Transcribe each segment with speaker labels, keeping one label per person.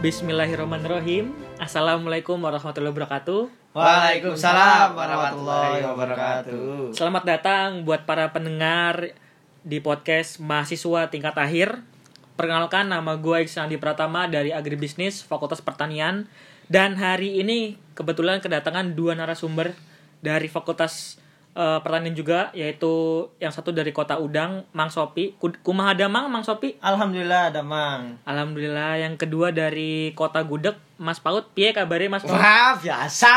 Speaker 1: Bismillahirrahmanirrahim. Assalamualaikum warahmatullahi wabarakatuh.
Speaker 2: Waalaikumsalam warahmatullahi wabarakatuh.
Speaker 1: Selamat datang buat para pendengar di podcast mahasiswa tingkat akhir. Perkenalkan nama gue Iksan Andi Pratama dari Agribisnis Fakultas Pertanian dan hari ini kebetulan kedatangan dua narasumber dari Fakultas eh, Pertanian juga yaitu yang satu dari Kota Udang Mang Sopi. Ku- Kumaha Damang Mang Sopi.
Speaker 2: Alhamdulillah ada Mang.
Speaker 1: Alhamdulillah yang kedua dari Kota Gudeg Mas Paut. Piye kabare Mas Paut?
Speaker 2: Wah, biasa,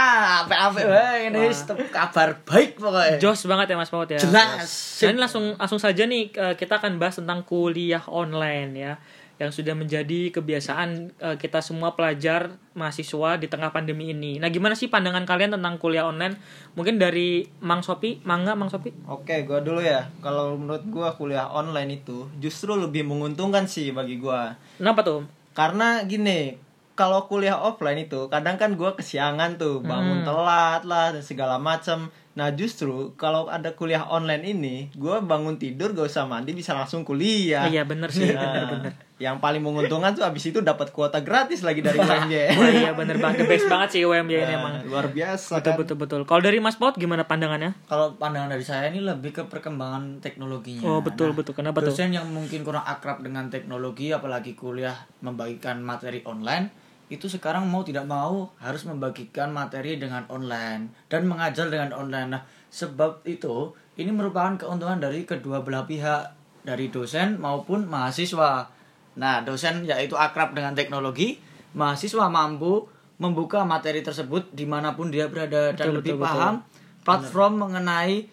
Speaker 2: apa-apa wae ini tetep kabar baik pokoknya.
Speaker 1: Jos banget ya Mas Paut ya.
Speaker 2: Jelas.
Speaker 1: Nah, ini langsung langsung saja nih eh, kita akan bahas tentang kuliah online ya yang sudah menjadi kebiasaan eh, kita semua pelajar mahasiswa di tengah pandemi ini. Nah, gimana sih pandangan kalian tentang kuliah online? Mungkin dari Mang Sopi, Mangga Mang Sopi.
Speaker 2: Oke, gua dulu ya. Kalau menurut gua kuliah online itu justru lebih menguntungkan sih bagi gua.
Speaker 1: Kenapa tuh?
Speaker 2: Karena gini, kalau kuliah offline itu kadang kan gua kesiangan tuh, bangun telat lah dan segala macam. Nah, justru kalau ada kuliah online ini, gua bangun tidur gak usah mandi bisa langsung kuliah.
Speaker 1: Iya, bener sih,
Speaker 2: Nah,
Speaker 1: bener-bener.
Speaker 2: yang paling menguntungkan tuh abis itu dapat kuota gratis lagi dari UMY.
Speaker 1: Wah, iya bener banget, the best banget sih UMY ini
Speaker 2: Nah,
Speaker 1: emang.
Speaker 2: luar biasa
Speaker 1: Betul
Speaker 2: kan.
Speaker 1: betul betul. Kalau dari Mas Paut gimana pandangannya?
Speaker 3: kalau pandangan dari saya ini lebih ke perkembangan teknologinya.
Speaker 1: Oh, betul betul. Kenapa tuh?
Speaker 3: Dosen yang mungkin kurang akrab dengan teknologi, apalagi kuliah membagikan materi online, itu sekarang mau tidak mau harus membagikan materi dengan online dan mengajar dengan online. Nah, sebab itu ini merupakan keuntungan dari kedua belah pihak, dari dosen maupun mahasiswa. Nah, dosen yaitu akrab dengan teknologi, mahasiswa mampu membuka materi tersebut dimanapun dia berada dan lebih paham platform mengenai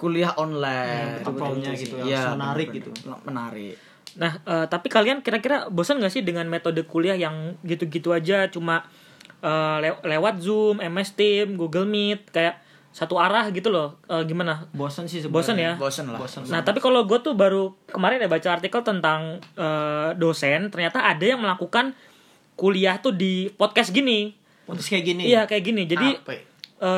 Speaker 3: kuliah online,
Speaker 2: platformnya gitu, yang
Speaker 3: Iya,
Speaker 2: menarik
Speaker 3: bener-bener. menarik.
Speaker 1: Nah, eh, tapi kalian kira-kira bosan nggak sih dengan metode kuliah yang gitu-gitu aja, cuma eh, lew- lewat Zoom, MS Team, Google Meet, kayak satu arah gitu loh? Eh, gimana?
Speaker 2: Bosen sih sebenarnya.
Speaker 1: Bosan ya?
Speaker 3: Bosen
Speaker 1: Nah,
Speaker 3: lah.
Speaker 1: tapi kalau gue tuh baru kemarin ya baca artikel tentang eh, dosen, ternyata ada yang melakukan kuliah tuh di podcast gini.
Speaker 2: Terus kayak gini.
Speaker 1: Iya kayak gini. Jadi
Speaker 3: Apa ya?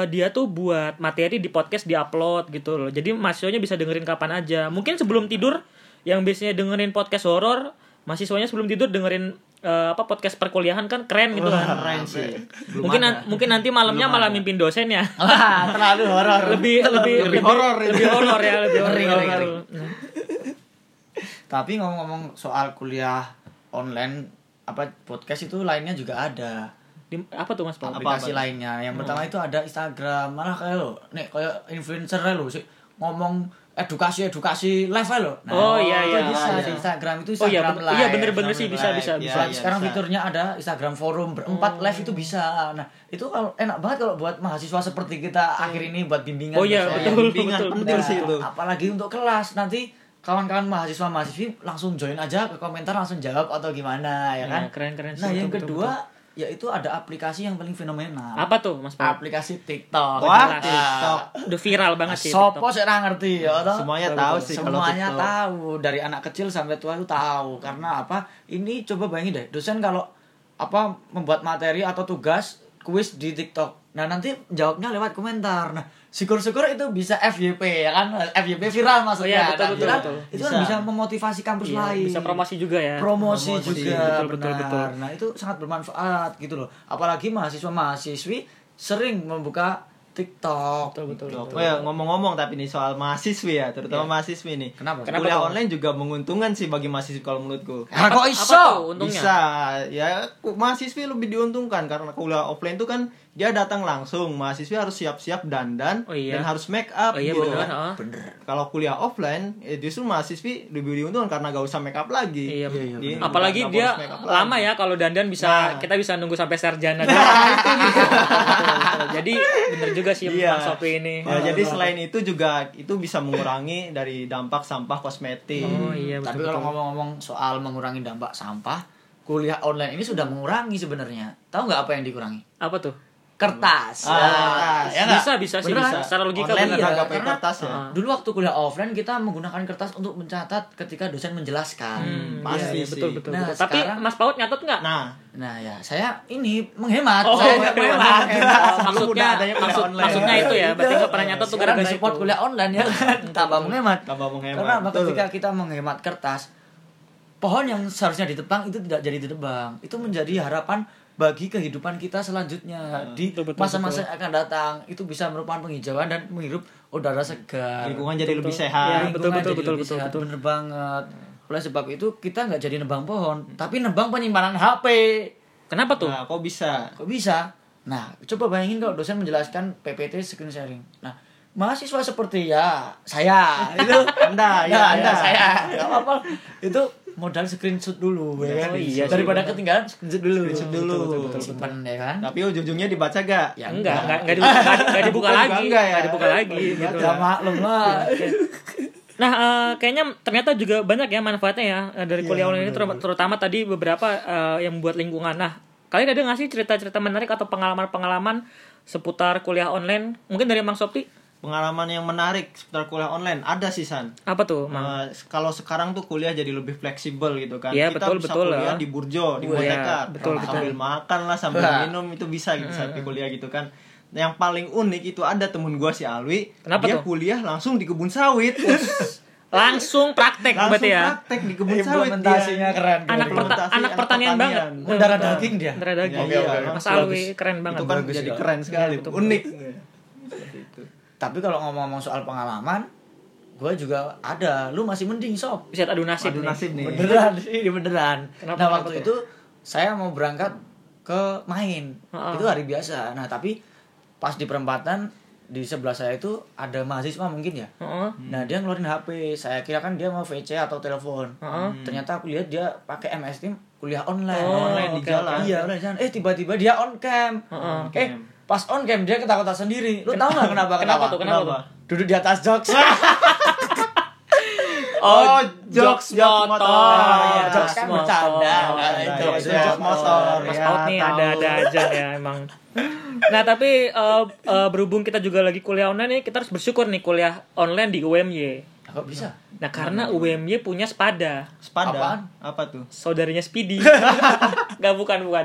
Speaker 1: eh, dia tuh buat materi di podcast diupload gitu loh. Jadi mahasiswanya bisa dengerin kapan aja. Mungkin sebelum tidur yang biasanya dengerin podcast horor, mahasiswanya sebelum tidur dengerin eh, apa podcast perkuliahan kan keren gitu kan.
Speaker 2: Keren sih. Belum
Speaker 1: mungkin
Speaker 2: ada.
Speaker 1: nan- mungkin nanti malamnya malah mimpin dosen ya.
Speaker 2: Wah, terlalu horor.
Speaker 1: lebih lebih
Speaker 2: lebih horor itu.
Speaker 1: lebih horor ya, lebih horor.
Speaker 3: Ngeri, ngeri, ngeri.
Speaker 1: Nah,
Speaker 3: Tapi ngomong-ngomong soal kuliah online apa podcast itu lainnya juga ada.
Speaker 1: di- apa tuh Mas Paul?
Speaker 3: aplikasi lainnya.
Speaker 1: Hmm.
Speaker 3: Yang pertama itu ada Instagram. Malah kayak lo, nih kayak influencer aja lo sih ngomong edukasi-edukasi live aja lo. Nah,
Speaker 1: Oh, iya,
Speaker 3: itu
Speaker 1: iya,
Speaker 3: bisa
Speaker 1: iya.
Speaker 3: di Instagram itu
Speaker 1: Oh iya,
Speaker 3: Instagram
Speaker 1: bener-
Speaker 3: live.
Speaker 1: iya, bener-bener sih, bisa,
Speaker 3: Instagram
Speaker 1: bisa,
Speaker 3: live.
Speaker 2: bisa.
Speaker 3: Iya, Sekarang
Speaker 2: bisa.
Speaker 3: fiturnya ada Instagram forum berempat live itu bisa. Nah, itu kalau enak banget kalau buat mahasiswa seperti kita akhir ini buat bimbingan.
Speaker 1: Oh iya,
Speaker 3: dosen.
Speaker 1: betul,
Speaker 2: bimbingan
Speaker 1: betul.
Speaker 2: penting
Speaker 3: Nah,
Speaker 2: sih itu.
Speaker 3: Apalagi untuk kelas nanti kawan-kawan mahasiswa mahasiswi langsung join aja ke komentar langsung jawab atau gimana ya kan?
Speaker 1: Iya, keren-keren sih,
Speaker 3: Nah yang
Speaker 1: betul,
Speaker 3: kedua yaitu ada aplikasi yang paling fenomenal.
Speaker 1: Apa tuh Mas Paul?
Speaker 3: Aplikasi TikTok. Nah,
Speaker 2: Wah,
Speaker 3: Jelas.
Speaker 2: TikTok.
Speaker 1: Udah viral banget sih.
Speaker 3: Sopo
Speaker 1: TikTok.
Speaker 3: sih ora ngerti ya toh?
Speaker 2: Semuanya tahu sih kalau
Speaker 3: Semuanya
Speaker 2: TikTok.
Speaker 3: tahu dari anak kecil sampai tua itu tahu karena apa? Ini coba bayangin deh, dosen kalau apa membuat materi atau tugas kuis di TikTok. Nah, nanti jawabnya lewat komentar. Nah, syukur-syukur itu bisa FYP ya kan? FYP viral
Speaker 1: Iya, betul,
Speaker 3: maksudnya. Nah,
Speaker 1: betul,
Speaker 3: viral
Speaker 1: betul.
Speaker 3: Itu kan
Speaker 2: Bisa.
Speaker 3: bisa memotivasi kampus
Speaker 1: Iya,
Speaker 3: lain.
Speaker 1: bisa promosi juga ya.
Speaker 3: promosi,
Speaker 2: Promosi.
Speaker 3: juga
Speaker 1: Betul, betul,
Speaker 3: benar.
Speaker 1: betul.
Speaker 3: Nah itu sangat bermanfaat gitu loh. Apalagi mahasiswa mahasiswi sering membuka TikTok.
Speaker 1: Betul, betul, betul. Iya.
Speaker 2: Well, ngomong-ngomong tapi nih soal mahasiswi ya, terutama mahasiswi nih.
Speaker 3: Kenapa?
Speaker 1: Kenapa
Speaker 2: Kuliah
Speaker 1: tuh?
Speaker 2: online juga menguntungkan sih bagi mahasiswa kalau menurutku.
Speaker 3: Karena kok
Speaker 1: Apa
Speaker 3: iso?
Speaker 1: tuh untungnya?
Speaker 2: Bisa, ya ku- mahasiswi lebih diuntungkan karena kuliah offline itu kan dia datang langsung, mahasiswi harus siap-siap dandan
Speaker 1: Oh iya.
Speaker 2: dan harus make
Speaker 1: Oh
Speaker 2: up. gitu kan.
Speaker 1: iya
Speaker 2: Bu.
Speaker 1: benar, heeh.
Speaker 2: Kalau kuliah offline, eh, justru mahasiswi lebih diuntungkan karena gak usah make up lagi.
Speaker 1: Iya,
Speaker 3: Iya, iya,
Speaker 1: bener.
Speaker 2: bener.
Speaker 1: apalagi
Speaker 2: Nggak
Speaker 1: dia
Speaker 2: boros make up lagi.
Speaker 1: lama ya kalau dandan bisa
Speaker 2: kan. Nah.
Speaker 1: kita bisa nunggu sampai sarjana. Jadi bener juga sih
Speaker 2: Iya.
Speaker 1: Mas Sopi ini.
Speaker 2: Ya, jadi selain itu juga itu bisa mengurangi dari dampak sampah kosmetik. Ah,
Speaker 1: Oh iya
Speaker 3: Tapi
Speaker 1: betul.
Speaker 3: kalau ngomong-ngomong soal mengurangi dampak sampah, kuliah online ini sudah mengurangi sebenarnya. Tahu nggak apa yang dikurangi?
Speaker 1: Apa tuh?
Speaker 3: Kertas.
Speaker 2: Ah,
Speaker 3: Nah,
Speaker 2: kertas.
Speaker 3: ya nggak?
Speaker 1: Bisa, bisa sih,
Speaker 3: Bener
Speaker 1: bisa.
Speaker 3: kan?
Speaker 1: Secara logika
Speaker 2: Online
Speaker 1: bener.
Speaker 2: ada nggak pakai
Speaker 3: karena-
Speaker 2: kertas ya?
Speaker 1: Ah.
Speaker 3: Dulu waktu kuliah offline kita menggunakan kertas untuk mencatat ketika dosen menjelaskan.
Speaker 1: Hmm, iya,
Speaker 2: pasti
Speaker 1: iya,
Speaker 2: sih.
Speaker 1: betul betul.
Speaker 3: Nah,
Speaker 1: betul. Tapi
Speaker 3: sekarang-
Speaker 1: Mas Paut nyatet nggak?
Speaker 2: Nah,
Speaker 3: Nah ya, saya ini menghemat.
Speaker 1: Oh,
Speaker 3: saya
Speaker 1: menghemat.
Speaker 3: menghemat.
Speaker 1: Oh,
Speaker 2: Sebelum
Speaker 1: maksudnya
Speaker 2: udah adanya kuliah
Speaker 1: maksud-
Speaker 2: online.
Speaker 1: maksudnya itu ya, berarti nggak pernah nyatet tuh
Speaker 3: Sekarang
Speaker 1: gara-gara
Speaker 3: dari support
Speaker 1: itu.
Speaker 3: kuliah online ya kan, tambah menghemat.
Speaker 2: Tambah menghemat,
Speaker 3: Karena
Speaker 2: betul.
Speaker 3: ketika kita menghemat kertas, pohon yang seharusnya ditebang itu tidak jadi ditebang itu menjadi harapan bagi kehidupan kita selanjutnya di
Speaker 1: Ah, betul, betul,
Speaker 3: masa-masa yang akan datang itu bisa merupakan penghijauan dan menghirup udara segar
Speaker 2: lingkungan jadi lebih
Speaker 1: Iya,
Speaker 2: sehat
Speaker 1: betul,
Speaker 3: Ya, lingkungan
Speaker 1: betul,
Speaker 3: jadi
Speaker 1: betul,
Speaker 3: lebih
Speaker 1: betul,
Speaker 3: sehat.
Speaker 1: betul.
Speaker 3: bener banget oleh sebab itu kita nggak jadi nebang pohon tapi nebang penyimpanan HP
Speaker 1: Kenapa tuh?
Speaker 2: nah kok bisa
Speaker 3: kok bisa nah coba bayangin kalau dosen menjelaskan PPT screen sharing nah mahasiswa seperti ya saya itu
Speaker 2: Anda, ya,
Speaker 3: Nah,
Speaker 2: Anda.
Speaker 3: anda saya nggak apa-apa itu modal screenshot dulu ya kan?
Speaker 1: Oh, iya sih,
Speaker 3: daripada
Speaker 1: bener.
Speaker 3: ketinggalan screenshot dulu
Speaker 2: Screenshot dulu.
Speaker 3: simpan ya kan
Speaker 2: tapi ujung-ujungnya dibaca gak
Speaker 3: ya
Speaker 1: enggak, enggak, enggak dibuka, enggak, enggak dibuka
Speaker 2: nah. Bukan,
Speaker 1: lagi,
Speaker 2: enggak ya.
Speaker 1: enggak dibuka lagi gitu.
Speaker 3: ya maklum lah
Speaker 1: Nah, eh, kayaknya ternyata juga banyak ya manfaatnya ya eh,
Speaker 2: Iya,
Speaker 1: dari kuliah online ini teru- terutama tadi beberapa eh, yang buat lingkungan. Nah, kalian ada nggak sih cerita-cerita menarik atau pengalaman-pengalaman seputar kuliah online? Mungkin dari Mang Sopti
Speaker 2: pengalaman yang menarik seputar kuliah online ada sih San
Speaker 1: apa tuh, Mang?
Speaker 2: Eh, kalau sekarang tuh kuliah jadi lebih fleksibel gitu kan
Speaker 1: Hmm. Iya,
Speaker 2: kita
Speaker 1: betul,
Speaker 2: bisa
Speaker 1: betul
Speaker 2: kuliah
Speaker 1: lah.
Speaker 2: di burjo di
Speaker 1: Iya,
Speaker 2: boneka
Speaker 1: betul, Hmm.
Speaker 2: sambil makan lah sambil
Speaker 3: Wah.
Speaker 2: minum itu bisa gitu saat di kuliah gitu kan yang paling unik itu ada temen gua si Alwi
Speaker 1: Kenapa tuh?
Speaker 2: dia kuliah langsung di kebun sawit
Speaker 1: Langsung praktek
Speaker 2: langsung
Speaker 1: berarti ya.
Speaker 2: praktek di kebun sawit dia.
Speaker 3: Implementasinya keren, keren.
Speaker 1: Anak, perta-
Speaker 2: Implementasi Nah,
Speaker 1: anak pertanian, banget.
Speaker 3: Mendarah daging dia.
Speaker 1: Darah daging.
Speaker 2: Iya, iya,
Speaker 1: Mas
Speaker 2: bagus,
Speaker 1: Alwi keren banget.
Speaker 2: itu kan
Speaker 3: Bagus, Iya.
Speaker 2: jadi
Speaker 3: ya.
Speaker 2: keren
Speaker 1: Iya,
Speaker 2: sekali unik
Speaker 3: tapi kalau ngomong-ngomong soal pengalaman gue juga ada lu masih mending sob
Speaker 1: Bisa adu nasib.
Speaker 2: Aduh
Speaker 1: nih.
Speaker 2: nasib nih
Speaker 3: beneran ini beneran
Speaker 1: Kenapa,
Speaker 3: nah
Speaker 1: kenapa tuh?
Speaker 3: waktu
Speaker 1: ya?
Speaker 3: itu saya mau berangkat ke main
Speaker 1: Heeh.
Speaker 3: itu hari biasa nah tapi pas di perempatan di sebelah saya itu ada mahasiswa mungkin ya
Speaker 1: Heeh.
Speaker 3: nah dia ngeluarin HP saya kira kan dia mau VC atau telepon
Speaker 1: Heeh.
Speaker 3: ternyata aku lihat dia pakai MS Team kuliah online
Speaker 1: Oh,
Speaker 3: online di
Speaker 1: oke,
Speaker 3: jalan
Speaker 1: oke.
Speaker 3: iya online di jalan. eh tiba-tiba dia on cam
Speaker 1: Heeh.
Speaker 3: eh pas on cam dia ketakutan sendiri lu tau nggak kenapa
Speaker 1: Kenapa Ah, tuh? Kenapa tuh?
Speaker 3: duduk di atas jokes
Speaker 1: Oh,
Speaker 2: jokes
Speaker 1: jokes motor.
Speaker 2: motor. Ah,
Speaker 1: Iya,
Speaker 2: Jokes
Speaker 1: jokes
Speaker 3: kan
Speaker 1: motor.
Speaker 3: bercanda,
Speaker 1: Iya,
Speaker 3: kan?
Speaker 1: iya,
Speaker 3: Jokes
Speaker 1: iya.
Speaker 2: jokes motor.
Speaker 1: Mas
Speaker 2: Ya,
Speaker 1: Out nih
Speaker 2: tahu.
Speaker 1: ada-ada aja ya emang. Nah, tapi eh, eh, berhubung kita juga lagi kuliah online nih, kita harus bersyukur nih kuliah online di UMY.
Speaker 3: Nah, kok bisa
Speaker 1: Nah, karena
Speaker 2: Hmm.
Speaker 1: UMY punya Spada,
Speaker 2: Sepada
Speaker 3: Apaan?
Speaker 2: apa tuh?
Speaker 1: saudaranya Speedy. Nggak bukan bukan.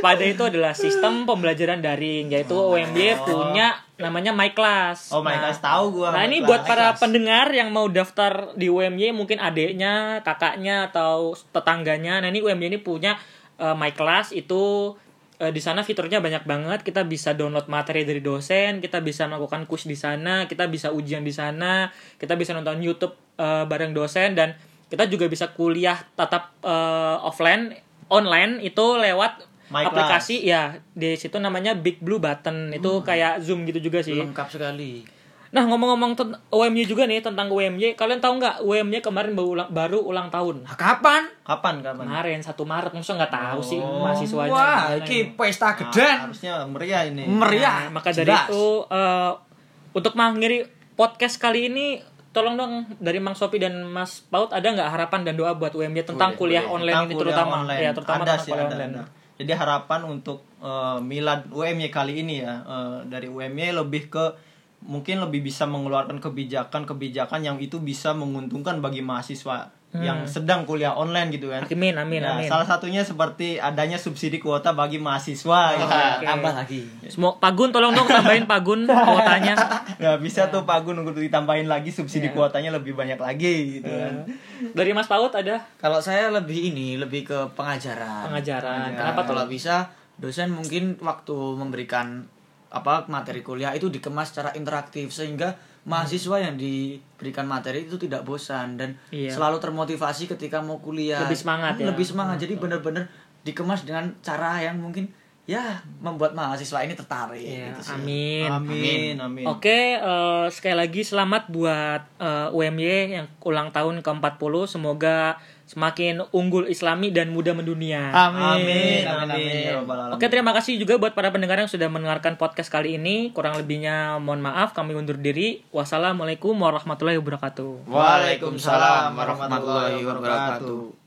Speaker 1: Spada itu adalah sistem pembelajaran daring, yaitu UMY punya namanya My Class.
Speaker 2: Oh my
Speaker 1: Nah,
Speaker 2: gosh, tahu gua.
Speaker 1: Nah ini buat para pendengar yang mau daftar di UMY mungkin adiknya, kakaknya atau tetangganya. Nah ini UMY ini punya eh, my class itu eh, di sana fiturnya banyak banget. Kita bisa download materi dari dosen, kita bisa melakukan kuis di sana, kita bisa ujian di sana, kita bisa nonton YouTube eh, bareng dosen dan kita juga bisa kuliah tatap eh, offline, online itu lewat
Speaker 2: My
Speaker 1: aplikasi ya di situ namanya Big Blue Button itu
Speaker 2: Hmm.
Speaker 1: kayak Zoom gitu juga sih.
Speaker 3: Iya. lengkap sekali
Speaker 1: Nah ngomong-ngomong tentang UMY juga nih tentang UMY, kalian tahu nggak UMY kemarin baru ulang, baru ulang tahun?
Speaker 3: Nah, kapan
Speaker 2: Kapan kapan?
Speaker 1: Kemarin 1 Maret, masa nggak tahu sih mahasiswanya.
Speaker 3: wah
Speaker 1: gimana
Speaker 3: ini
Speaker 1: nih.
Speaker 3: pesta
Speaker 2: Nah,
Speaker 3: geden
Speaker 2: harusnya meriah ini.
Speaker 1: Nah,
Speaker 3: meriah
Speaker 1: maka dari
Speaker 3: Ah, jelas.
Speaker 1: itu eh, untuk mengakhiri podcast kali ini, tolong dong dari Mang Sopi dan Mas Paut ada nggak harapan dan doa buat UMY tentang
Speaker 3: Boleh,
Speaker 1: kuliah
Speaker 3: boleh.
Speaker 1: online
Speaker 2: Tentang
Speaker 1: ini
Speaker 2: kuliah
Speaker 1: terutama,
Speaker 2: online.
Speaker 1: ya terutama
Speaker 2: ada
Speaker 1: tentang
Speaker 2: sih,
Speaker 1: kuliah
Speaker 2: ada,
Speaker 1: online.
Speaker 2: ada. Jadi harapan untuk eh, milad UMY kali ini ya eh, dari UMY lebih ke mungkin lebih bisa mengeluarkan kebijakan-kebijakan yang itu bisa menguntungkan bagi mahasiswa yang sedang kuliah online gitu kan.
Speaker 1: Hmm. Amin, amin,
Speaker 2: Ya,
Speaker 1: amin.
Speaker 2: salah satunya seperti adanya subsidi kuota bagi mahasiswa gitu
Speaker 1: Ah,
Speaker 2: kan.
Speaker 3: Nah, tambah lagi
Speaker 1: Semoga Pagun tolong dong tambahin Pagun kuotanya.
Speaker 2: Nah, bisa tuh Pak Gun untuk ditambahin lagi subsidi kuotanya lebih banyak lagi gitu kan.
Speaker 1: Dari Mas Paut ada
Speaker 3: kalau saya lebih ini lebih ke pengajaran
Speaker 1: pengajaran.
Speaker 3: Nah,
Speaker 1: Kenapa tuh?
Speaker 3: kalau bisa dosen mungkin waktu memberikan apa materi kuliah itu dikemas secara interaktif sehingga
Speaker 1: Hmm.
Speaker 3: mahasiswa yang diberikan materi itu tidak bosan dan
Speaker 1: Iya.
Speaker 3: selalu termotivasi ketika mau kuliah
Speaker 1: Lebih semangat
Speaker 3: Hmm,
Speaker 1: ya.
Speaker 3: lebih semangat jadi benar-benar dikemas dengan cara yang mungkin ya membuat mahasiswa ini tertarik
Speaker 1: Ya,
Speaker 3: gitu sih.
Speaker 1: amin.
Speaker 2: Amin, amin.
Speaker 1: Oke, eh, sekali lagi selamat buat eh, UMY yang ulang tahun ke-40. Semoga semakin unggul islami dan mudah mendunia.
Speaker 2: Amin,
Speaker 3: amin,
Speaker 2: amin,
Speaker 3: amin.
Speaker 2: ya Rabbal Alamin.
Speaker 1: Oke, terima kasih juga buat para pendengar yang sudah mendengarkan podcast kali ini. Kurang lebihnya mohon maaf, kami undur diri. Wassalamualaikum warahmatullahi wabarakatuh.
Speaker 3: Waalaikumsalam warahmatullahi wabarakatuh.